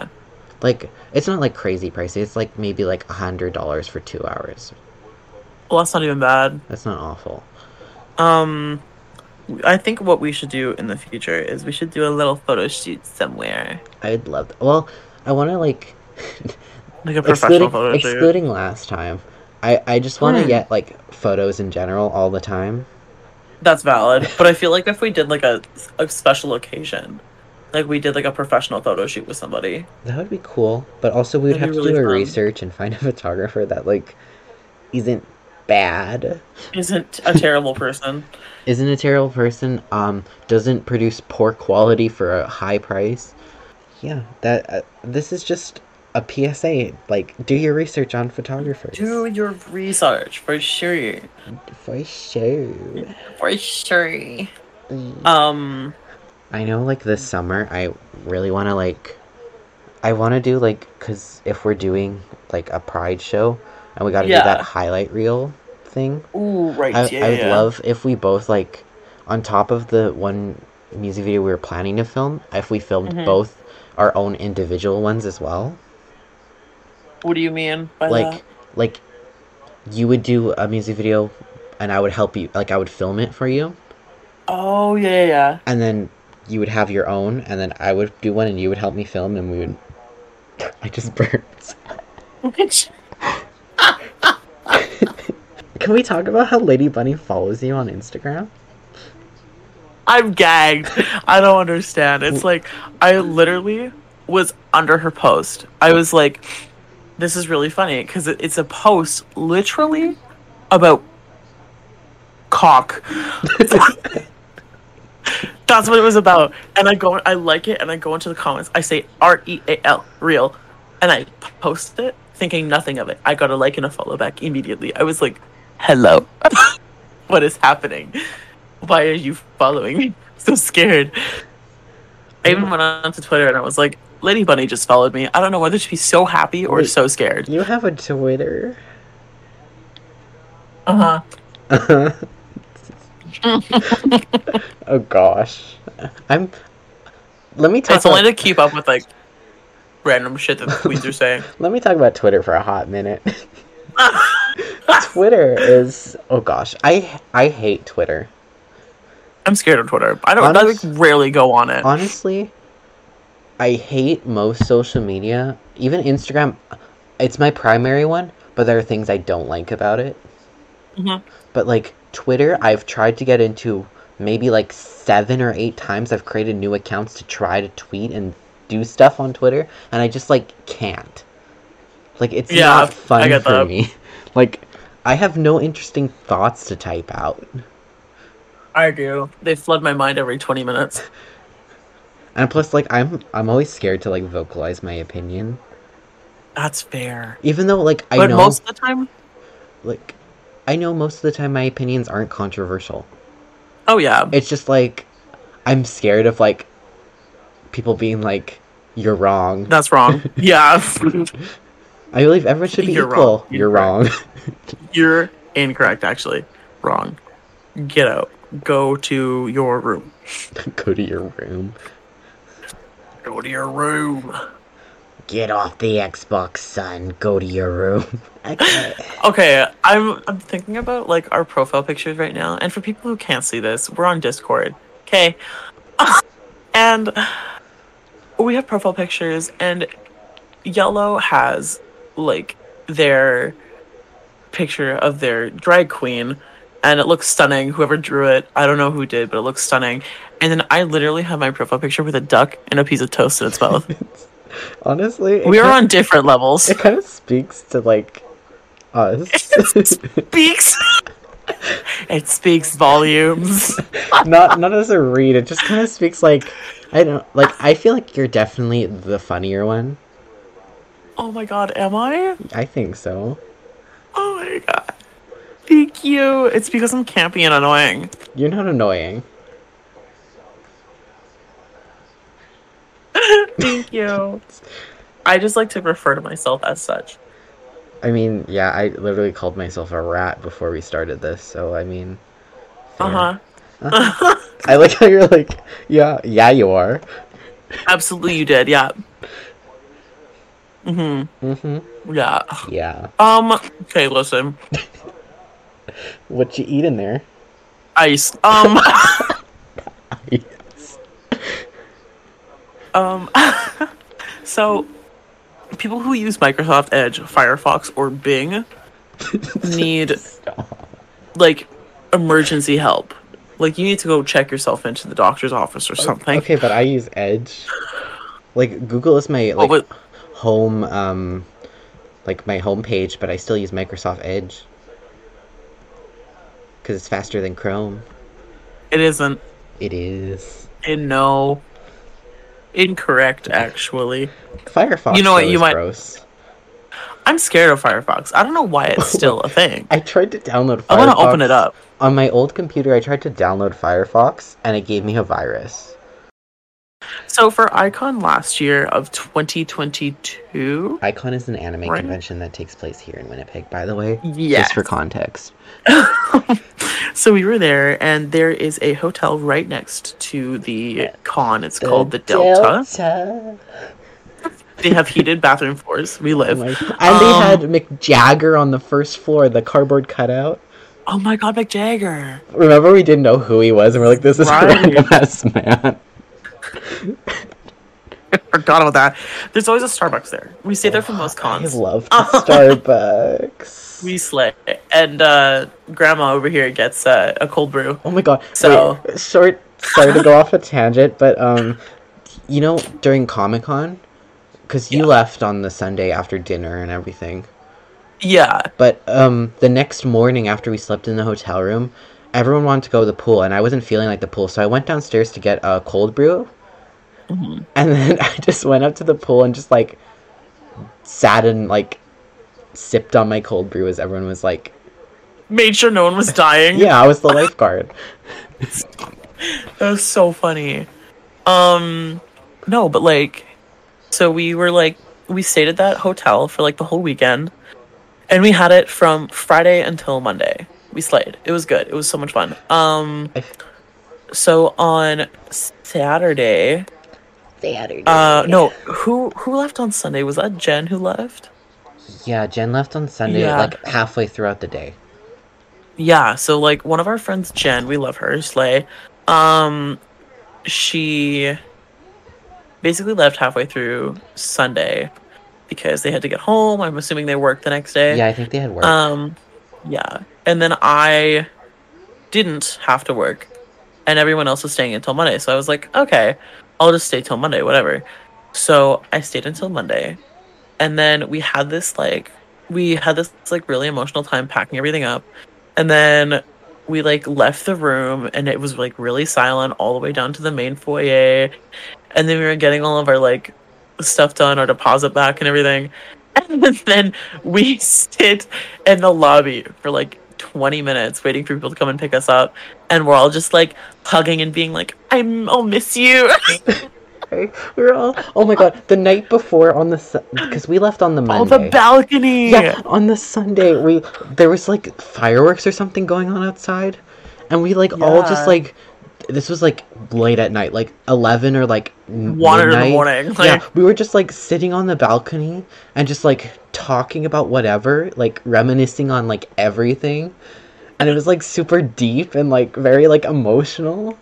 S1: Like it's not like crazy pricey. It's like maybe like a hundred dollars for two hours.
S2: Well, that's not even bad.
S1: That's not awful.
S2: Um, I think what we should do in the future is we should do a little photo shoot somewhere,
S1: I'd love. That. Well, I want to like [LAUGHS]
S2: like a professional
S1: excluding
S2: photo shoot.
S1: excluding last time. I I just want to
S2: Hmm.
S1: get like photos in general all the time.
S2: That's valid. But I feel like if we did like a, a special occasion, like we did like a professional photo shoot with somebody.
S1: That would be cool. But also we'd
S2: That'd
S1: have
S2: be
S1: to
S2: really
S1: do a
S2: fun.
S1: research and find [LAUGHS] a photographer that like isn't bad,
S2: Isn't a terrible person.
S1: isn't a terrible person, um, doesn't produce poor quality for a high price. Yeah, that uh, this is just a PSA. Like, do your research on photographers.
S2: Do your research for sure.
S1: For sure.
S2: For sure. Um,
S1: I know, like, this summer, I really want to, like, I want to do, like, because if we're doing, like, a pride show and we got to do that
S2: Yeah.
S1: highlight reel thing,
S2: ooh, right,
S1: I,
S2: yeah.
S1: I would
S2: yeah.
S1: love if we both, like, on top of the one music video we were planning to film, if we filmed
S2: Mhm.
S1: both our own individual ones as well.
S2: What do you mean by
S1: like,
S2: that?
S1: like, you would do a music video and I would help you, like, I would film it for you.
S2: Oh, yeah, yeah, yeah. [LAUGHS]
S1: and then you would have your own, and then I would do one, and you would help me film, and we would. [LAUGHS] I just burped.
S2: Which-
S1: Can we talk about how Lady Bunny follows you on Instagram?
S2: I'm gagged. I don't understand. It's like I literally was under her post. I was like, "This is really funny" because it, it's a post literally about cock. That's what it was about. And I go, I like it, and I go into the comments. I say R E A L real, and I p- post it, thinking nothing of it. I got a like and a follow back immediately. I was like, "Hello, [LAUGHS] what is happening?" why are you following me? I'm so scared. I even went on to Twitter and I was like, Lady Bunny just followed me. I don't know whether to be so happy or
S1: Wait.
S2: so scared.
S1: You have a Twitter.
S2: Uh huh.
S1: oh gosh, I'm. Let me talk.
S2: It's only [LAUGHS]
S1: about-
S2: to keep up with like random shit that the queens are saying.
S1: Let me talk about Twitter for a hot minute. Twitter is oh gosh, I I hate Twitter.
S2: [LAUGHS] I'm scared of Twitter. I don't.
S1: Honest-
S2: I like rarely go on it.
S1: honestly i hate most social media even instagram it's my primary one but there are things i don't like about it
S2: Mhm.
S1: but like twitter i've tried to get into maybe like seven or eight times i've created new accounts to try to tweet and do stuff on twitter and i just like can't like it's
S2: Yeah,
S1: not
S2: I
S1: fun
S2: get
S1: for
S2: that.
S1: me [LAUGHS] like i have no interesting thoughts to type out
S2: I do. They flood my mind every 20 minutes.
S1: and plus like i'm i'm always scared to like vocalize my opinion
S2: That's fair.
S1: even though like i
S2: but
S1: know
S2: most of the time,
S1: like i know most of the time my opinions aren't controversial
S2: oh yeah,
S1: it's just like i'm scared of like people being like you're wrong
S2: that's
S1: [LAUGHS]
S2: wrong. yeah, [LAUGHS]
S1: i believe everyone should be
S2: You're
S1: equal
S2: wrong.
S1: you're wrong [LAUGHS]
S2: you're incorrect. Actually, wrong. Get out. Go to your room.
S1: go to your room
S2: Go to your room.
S1: get off the xbox son go to your room [LAUGHS] okay
S2: Okay, I'm I'm thinking about like our profile pictures right now, and for people who can't see this, we're on Discord. Okay, [LAUGHS] and we have profile pictures, and Yellow has like their picture of their drag queen, and it looks stunning. Whoever drew it, I don't know who did, but it looks stunning. And then I literally have my profile picture with a duck and a piece of toast in its mouth.
S1: honestly it
S2: we are
S1: kind-
S2: on
S1: [LAUGHS]
S2: different levels. [LAUGHS]
S1: it kind of speaks to like us
S2: Beaks. it speaks volumes.
S1: not not as a read. It just kind of speaks like I don't like. I feel like you're definitely the funnier one.
S2: Oh my god, am I?
S1: I think so.
S2: Oh my god. Thank you. It's because I'm campy and annoying.
S1: You're not annoying.
S2: Thank you. I just like to refer to myself as such.
S1: I mean, yeah, I literally called myself a rat before we started this, so I mean, fair.
S2: Uh huh.
S1: Uh-huh. I like how you're like, yeah, yeah, you are.
S2: Absolutely, you did. Yeah. Mhm.
S1: hmm
S2: Yeah.
S1: Yeah.
S2: Um. Okay. Listen.
S1: What you eat in there?
S2: Ice. Um. [LAUGHS]
S1: Yes.
S2: um. [LAUGHS] so, people who use Microsoft Edge, Firefox, or
S1: [LAUGHS]
S2: Bing need
S1: Stop.
S2: like emergency help. Like you need to go check yourself into the doctor's office or something.
S1: Okay, but I use Edge. Like Google is my
S2: Oh,
S1: like
S2: but-
S1: home um like my home page, but I still use Microsoft Edge. Cuz it's faster than Chrome.
S2: It isn't.
S1: It is.
S2: And no. Incorrect, actually.
S1: Firefox
S2: You know what,
S1: though,
S2: you
S1: is
S2: might-
S1: gross.
S2: I'm scared of Firefox. I don't know
S1: [LAUGHS]
S2: why it's still a thing.
S1: I tried to download Firefox.
S2: I want to open it up.
S1: On my old computer, I tried to download Firefox and it gave me a virus.
S2: So for Icon last year of 2022,
S1: Icon is an anime
S2: Right.
S1: convention that takes place here in Winnipeg, by the way.
S2: Yes.
S1: Just for context.
S2: so we were there, and there is a hotel right next to the con. It's called the Delta.
S1: Delta.
S2: They
S1: [LAUGHS]
S2: have heated bathroom floors. We live.
S1: Oh my- and
S2: Um,
S1: they had Mick Jagger on the first floor, the cardboard cutout.
S2: Oh my God, Mick Jagger!
S1: Remember, we didn't know who he was, and we're like, "This is [LAUGHS]
S2: Right.
S1: random ass man."
S2: I forgot about that. There's always a Starbucks there. We stay there for most
S1: I
S2: cons.
S1: love
S2: [LAUGHS]
S1: Starbucks.
S2: We slay. And uh, Grandma over here gets uh, a cold brew.
S1: Oh my god!
S2: So-
S1: Wait, short. Sorry to go off a tangent, but um, you know, during Comic Con, because you left on the Sunday after dinner and everything.
S2: Yeah.
S1: But um, the next morning after we slept in the hotel room, everyone wanted to go to the pool, and I wasn't feeling like the pool, so I went downstairs to get a cold brew. And then [LAUGHS] I just went up to the pool and just like sat and like sipped on my cold brew as everyone was like,
S2: Made sure no one was dying.
S1: "Yeah, I was the lifeguard."
S2: That was so funny. Um, no, but like, so we were like, we stayed at that hotel for like the whole weekend, and we had it from Friday until Monday. We slayed. It was good. It was so much fun. Um,
S1: I f-
S2: so on Saturday,
S1: Saturday.
S2: uh, no, who who left on Sunday? Was that Jen who left?
S1: yeah, Jen left on Sunday,
S2: Yeah.
S1: like halfway throughout the day.
S2: Yeah, so like one of our friends, Jen, we love her, Slay. Um, she basically left halfway through Sunday because they had to get home. I'm assuming they worked the next day.
S1: Yeah, I think they had work.
S2: Um, yeah, and then I didn't have to work, and everyone else was staying until Monday. So I was like, okay, I'll just stay till Monday, whatever. So I stayed until Monday, and then we had this like we had this like really emotional time packing everything up, and then we like left the room, and it was like really silent all the way down to the main foyer, and then we were getting all of our like stuff done, our deposit back, and everything. [LAUGHS] And then we [LAUGHS] sit in the lobby for like 20 minutes waiting for people to come and pick us up. And we're all just like hugging and being like, I'm, I'll miss you. [LAUGHS]
S1: we were all. Oh my god! The night before on the because we left on the
S2: Oh,
S1: Monday.
S2: the balcony.
S1: Yeah, on the Sunday we there was like fireworks or something going on outside, and we like all just
S2: Yeah.
S1: like this was like late at night, like eleven or like n-
S2: One in the
S1: midnight.
S2: morning,
S1: yeah,
S2: like-
S1: we were just like sitting on the balcony and just like talking about whatever, like reminiscing on like everything, and it was like super deep and like very like emotional.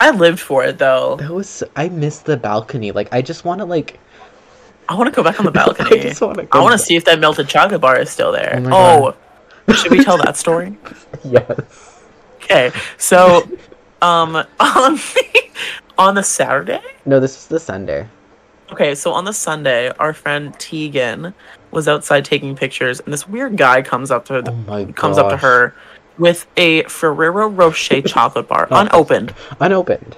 S2: I lived for it though.
S1: That was I miss the balcony. Like I just want to like [LAUGHS]
S2: I want to go back on the balcony.
S1: I just want to.
S2: I want to see if that melted chocolate bar is still there.
S1: Oh my
S2: Oh, should we
S1: [LAUGHS]
S2: tell that story?
S1: [LAUGHS] Yes.
S2: Okay. So, um, [LAUGHS] on the, on the Saturday,
S1: No, this was the Sunday.
S2: Okay, so on the Sunday, our friend Tegan was outside taking pictures, and this weird guy comes up to
S1: Oh my
S2: comes up to
S1: gosh.
S2: her with a Ferrero [LAUGHS] Rocher chocolate bar, unopened,
S1: Unopened.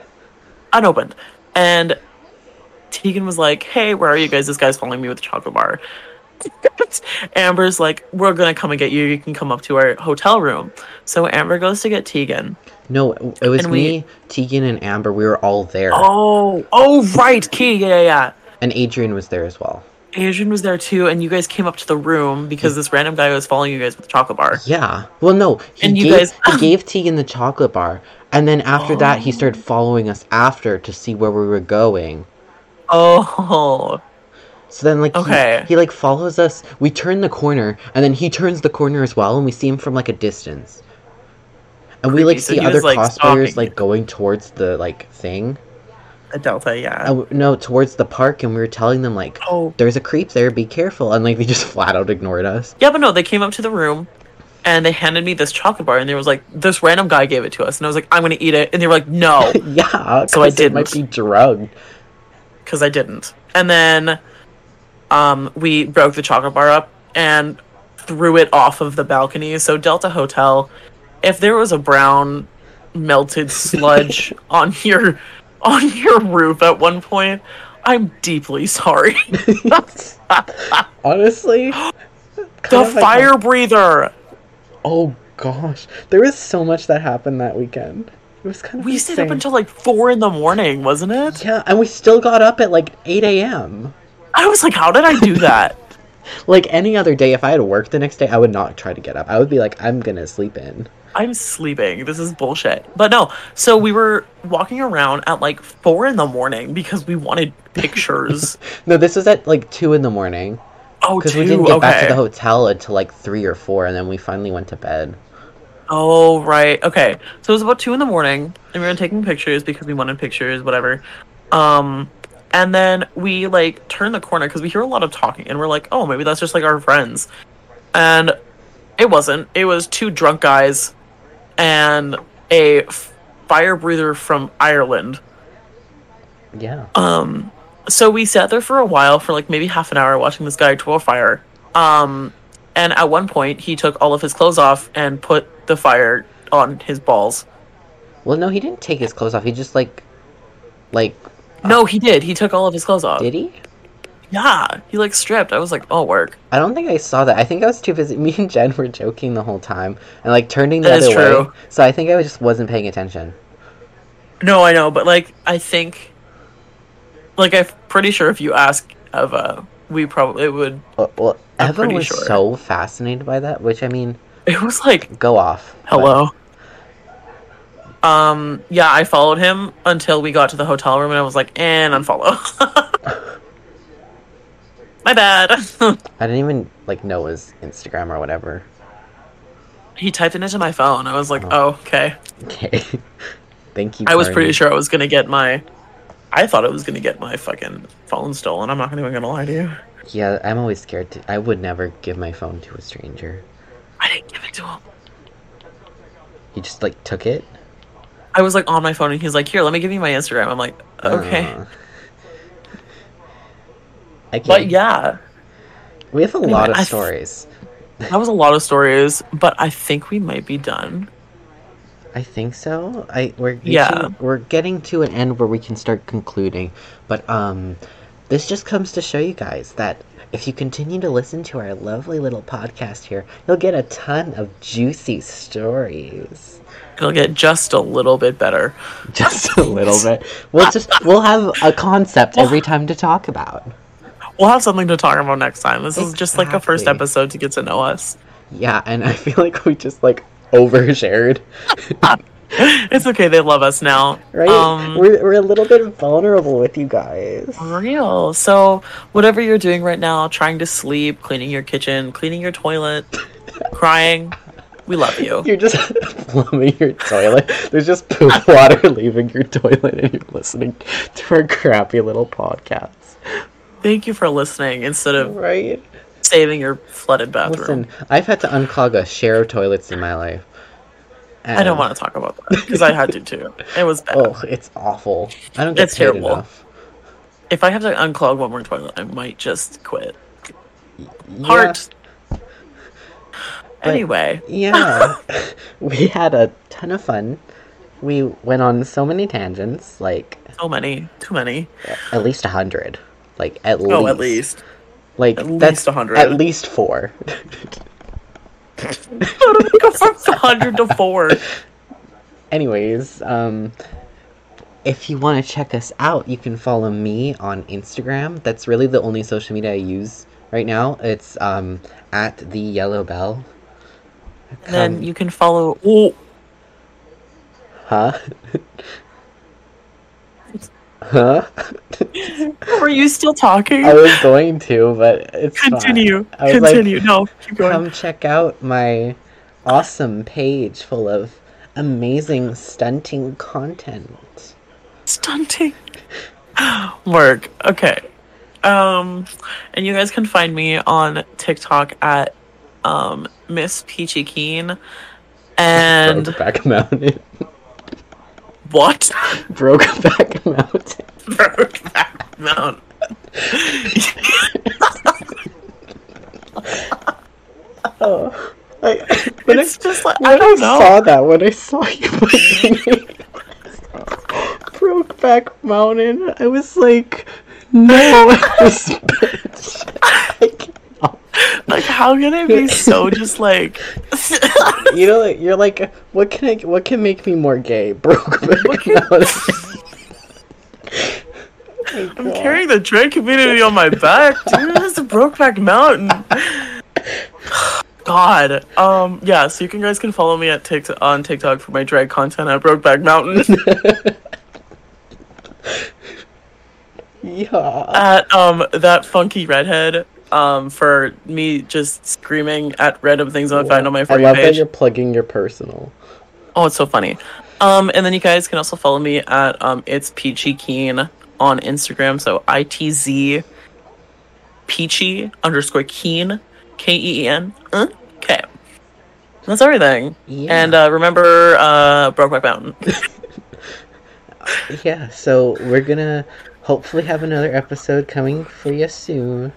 S2: unopened. And Tegan was like, "Hey, where are you guys? This guy's following me with a chocolate bar." [LAUGHS] Amber's like, "We're gonna come and get you. You can come up to our hotel room." So Amber goes to get Tegan.
S1: No, it was
S2: And we-
S1: me, Tegan, and Amber. We were all there,
S2: Oh, oh, right, Key. Yeah, yeah, yeah.
S1: and Adrian was there as well.
S2: Adrian was there too, and you guys came up to the room because this random guy was following you guys with a chocolate bar.
S1: Yeah. Well, no, he
S2: And you
S1: gave,
S2: guys-
S1: he gave
S2: [LAUGHS]
S1: Tegan the chocolate bar, and then after that, he started following us after to see where we were going.
S2: [LAUGHS] Oh,
S1: So then, like, he-
S2: Okay.
S1: he, like follows us. We turn the corner, and then he turns the corner as well, and we see him from like a distance. And we like
S2: Creepy. So
S1: see
S2: he
S1: other
S2: was, like,
S1: cosplayers
S2: stalking
S1: like going towards the like thing.
S2: a Delta, yeah.
S1: Uh, w- no, towards the park, and we were telling them like,
S2: Oh.
S1: "There's a creep there, be careful!" And like they just [LAUGHS] flat out ignored us. [LAUGHS]
S2: Yeah, but no, they came up to the room and they handed me this chocolate bar, and they was like, "This random guy gave it to us," and I was like, "I'm gonna eat it," and they were
S1: [LAUGHS]
S2: like, "No,"
S1: Yeah,
S2: So I
S1: 'cause it might be
S2: didn't.
S1: drugged.
S2: because I didn't. And then, um, we broke the chocolate bar up and threw it off of the balcony. So Delta Hotel, if there was a brown melted
S1: [LAUGHS]
S2: sludge on your on your roof at one point, I'm deeply
S1: [LAUGHS]
S2: sorry. [GASPS]
S1: Honestly,
S2: the
S1: kind of like
S2: fire breather.
S1: Oh gosh, there was so much that happened that weekend. It was kind of
S2: We stayed up
S1: insane.
S2: until like four in the morning, wasn't it?
S1: yeah, and we still got up at like eight a.m.
S2: I was like, how did I do that?
S1: Like any other day, if I had work the next day, I would not try to get up. I would be like, I'm gonna sleep in.
S2: I'm sleeping. This is bullshit. But no, so we were walking around at like four in the morning because we wanted
S1: [LAUGHS]
S2: pictures.
S1: No, this was at like two in the morning
S2: oh,
S1: because
S2: two.
S1: we didn't get
S2: okay.
S1: back to the hotel until like three or four, and then we finally went to bed.
S2: Oh, right. Okay. So it was about two in the morning, and we were taking pictures because we wanted pictures, whatever. Um, and then we like turn the corner because we hear a lot of talking, and we're like, oh, maybe that's just like our friends. And it wasn't. It was two drunk guys and a f- fire breather from Ireland.
S1: Yeah.
S2: Um, so we sat there for a while, for like maybe half an hour, watching this guy twirl fire. Um, and at one point, he took all of his clothes off and put the fire on his balls.
S1: Well, no, he didn't take his clothes off. He just like, like,
S2: No, he did. He took all of his clothes off.
S1: did he?
S2: Yeah, he like stripped. I was like, oh, work.
S1: I don't think I saw that. I think I was too busy. [LAUGHS] Me and Jen were joking the whole time and like turning the
S2: That is
S1: other way.
S2: true.
S1: So I think I just wasn't paying attention.
S2: No, I know, but like, I think, like, I'm pretty sure if you ask Eva, we probably would. [LAUGHS]
S1: Well, well
S2: I'm
S1: Eva
S2: pretty
S1: was
S2: sure.
S1: so fascinated by that, which I mean,
S2: It was like,
S1: go off. but-
S2: hello. Um, yeah, I followed him until we got to the hotel room and I was like, eh, and unfollow. [LAUGHS] My bad. [LAUGHS]
S1: I didn't even like know his Instagram or whatever. [LAUGHS]
S2: he typed it into my phone. I was like, oh, okay.
S1: Okay. Thank you.
S2: I was pretty
S1: Barney.
S2: sure I was gonna get my. I thought I was gonna get my fucking phone stolen. I'm not even gonna lie to you.
S1: Yeah, I'm always scared. To- I would never give my phone to a stranger.
S2: I didn't give it to him.
S1: He just like took it.
S2: I was like on my phone, and he's like, "Here, let me give you my Instagram." I'm like, "Okay."
S1: Uh, I can't.
S2: but yeah,
S1: we have a lot of
S2: I f-
S1: stories.
S2: that was a lot of stories. But I think we might be done.
S1: I think so. I we're reaching,
S2: Yeah.
S1: we're getting to an end where we can start concluding, but um, this just comes to show you guys that if you continue to listen to our lovely little podcast here, you'll get a ton of juicy stories. [LAUGHS]
S2: It'll get just a little bit better.
S1: Just a little bit. We'll just we'll have a concept every time to talk about.
S2: We'll have something to talk about next time. This is just like a first
S1: Exactly.
S2: episode to get to know us. [LAUGHS]
S1: Yeah, and I feel like we just like overshared,
S2: It's okay. They love us now,
S1: right?
S2: Um,
S1: we're we're a little bit vulnerable with you guys.
S2: real. So, whatever you're doing right now, trying to sleep, cleaning your kitchen, cleaning your toilet, crying, we love you.
S1: You're just [LAUGHS] plumbing your toilet. There's [LAUGHS] just poop water leaving your toilet, and you're listening to our crappy little podcast.
S2: Thank you for listening instead of
S1: Right?
S2: saving your flooded bathroom.
S1: Listen, I've had to unclog a share of toilets in my life.
S2: I don't want to talk about that because I had to too. It was bad.
S1: Oh, it's awful. I don't get
S2: It's
S1: paid
S2: terrible.
S1: enough.
S2: If I have to unclog one more toilet, I might just quit.
S1: Yeah.
S2: Heart.
S1: But-
S2: anyway, [LAUGHS]
S1: Yeah. [LAUGHS] we had a ton of fun. We went on so many tangents, like
S2: so many, too many.
S1: at least a hundred. Like at least.
S2: Oh, at least.
S1: Like
S2: at
S1: that's
S2: least 100.
S1: At least four.
S2: Go from 100 to 4.
S1: Anyways, um, if you want to check us out, you can follow me on Instagram. That's really the only social media I use right now. It's um at the yellow bell.
S2: And
S1: Um,
S2: then you can follow. Oh,
S1: Huh? [LAUGHS] huh?
S2: were you still talking?
S1: I was going to, but it's fine.
S2: Continue.
S1: I was like, um,
S2: Continue. no, keep going.
S1: Come check out my awesome page full of amazing stunting content.
S2: Stunting. [GASPS] Work. Okay. Um, and you guys can find me on TikTok at um Miss Peachy Keen. And
S1: Brokeback Mountain. [LAUGHS]
S2: what? [LAUGHS]
S1: Brokeback Mountain.
S2: Brokeback Mountain.
S1: Oh. I, [LAUGHS] when I,
S2: It's just like
S1: when
S2: I
S1: I
S2: don't know.
S1: saw that, when I saw you [LAUGHS] Brokeback Mountain, I was like, no, [LAUGHS] this bitch. [LAUGHS] I cannot.
S2: Like how can it be so just
S1: [LAUGHS]
S2: like [LAUGHS]
S1: You know, like, you're like, what can I, what can make me more gay? [LAUGHS] Brokeback [LAUGHS] Mountain.
S2: I'm carrying the drag community on
S1: [LAUGHS]
S2: my back, dude. This is Brokeback Mountain. [SIGHS] God. Um. Yeah. So you can guys can follow me at TikTok on TikTok for my drag content at Brokeback
S1: [LAUGHS]
S2: Mountain
S1: Yeah.
S2: at um that funky redhead um for me just screaming at random things I find on my for
S1: I
S2: you
S1: love that
S2: page.
S1: you're plugging your personal.
S2: Oh, it's so funny. Um, and then you guys can also follow me at um, it's Peachy Keen on Instagram. So I T Z Peachy underscore Keen K E E N. Uh, Okay, that's everything.
S1: Yeah.
S2: And uh, remember, uh, Brokeback Mountain.
S1: Yeah, so we're gonna hopefully have another episode coming for you soon.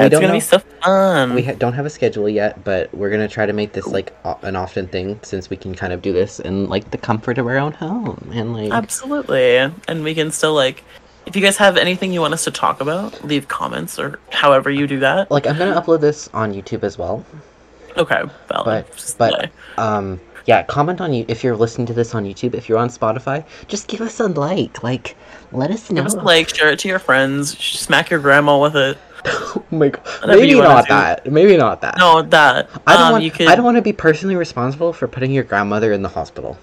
S1: [LAUGHS] We
S2: it's
S1: don't
S2: gonna be
S1: know-
S2: so fun.
S1: We ha- don't have a schedule yet, but we're gonna try to make this like o- an often thing since we can kind of do this in like the comfort of our own home and like
S2: Absolutely, and we can still like. If you guys have anything you want us to talk about, leave comments or however you do that.
S1: like I'm gonna upload this on YouTube as well.
S2: Okay, well,
S1: But
S2: just-
S1: but um yeah, comment on you if you're listening to this on YouTube. If you're on Spotify, just give us a like. Like let us know.
S2: Give
S1: [LAUGHS]
S2: us a like, share it to your friends, sh- smack your grandma with it.
S1: Oh my god.
S2: you
S1: Maybe
S2: wanna
S1: not
S2: do.
S1: that. Maybe not that.
S2: No, that.
S1: I don't
S2: um,
S1: want
S2: you could,
S1: I don't want to be personally responsible for putting your grandmother in the hospital.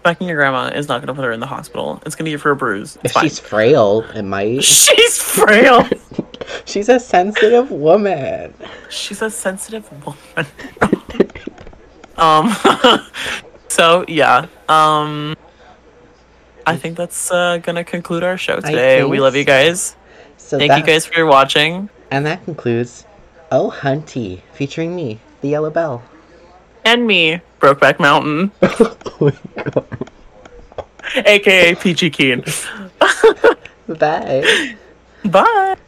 S2: smacking your grandma is not going to put her in the hospital. It's going to give her a bruise. It's
S1: If
S2: fine.
S1: she's frail, it might.
S2: [LAUGHS] She's frail.
S1: [LAUGHS] She's a sensitive woman.
S2: she's a sensitive woman. [LAUGHS] um. [LAUGHS] so yeah. Um. I think that's uh, gonna conclude our show today.
S1: think
S2: We love you guys.
S1: So
S2: Thank
S1: that,
S2: you guys for watching.
S1: And that concludes Oh Hunty, featuring me, the Yellow Bell.
S2: And me, Brokeback Mountain,
S1: [LAUGHS] oh my god.
S2: aka Peachy Keen.
S1: Bye.
S2: Bye.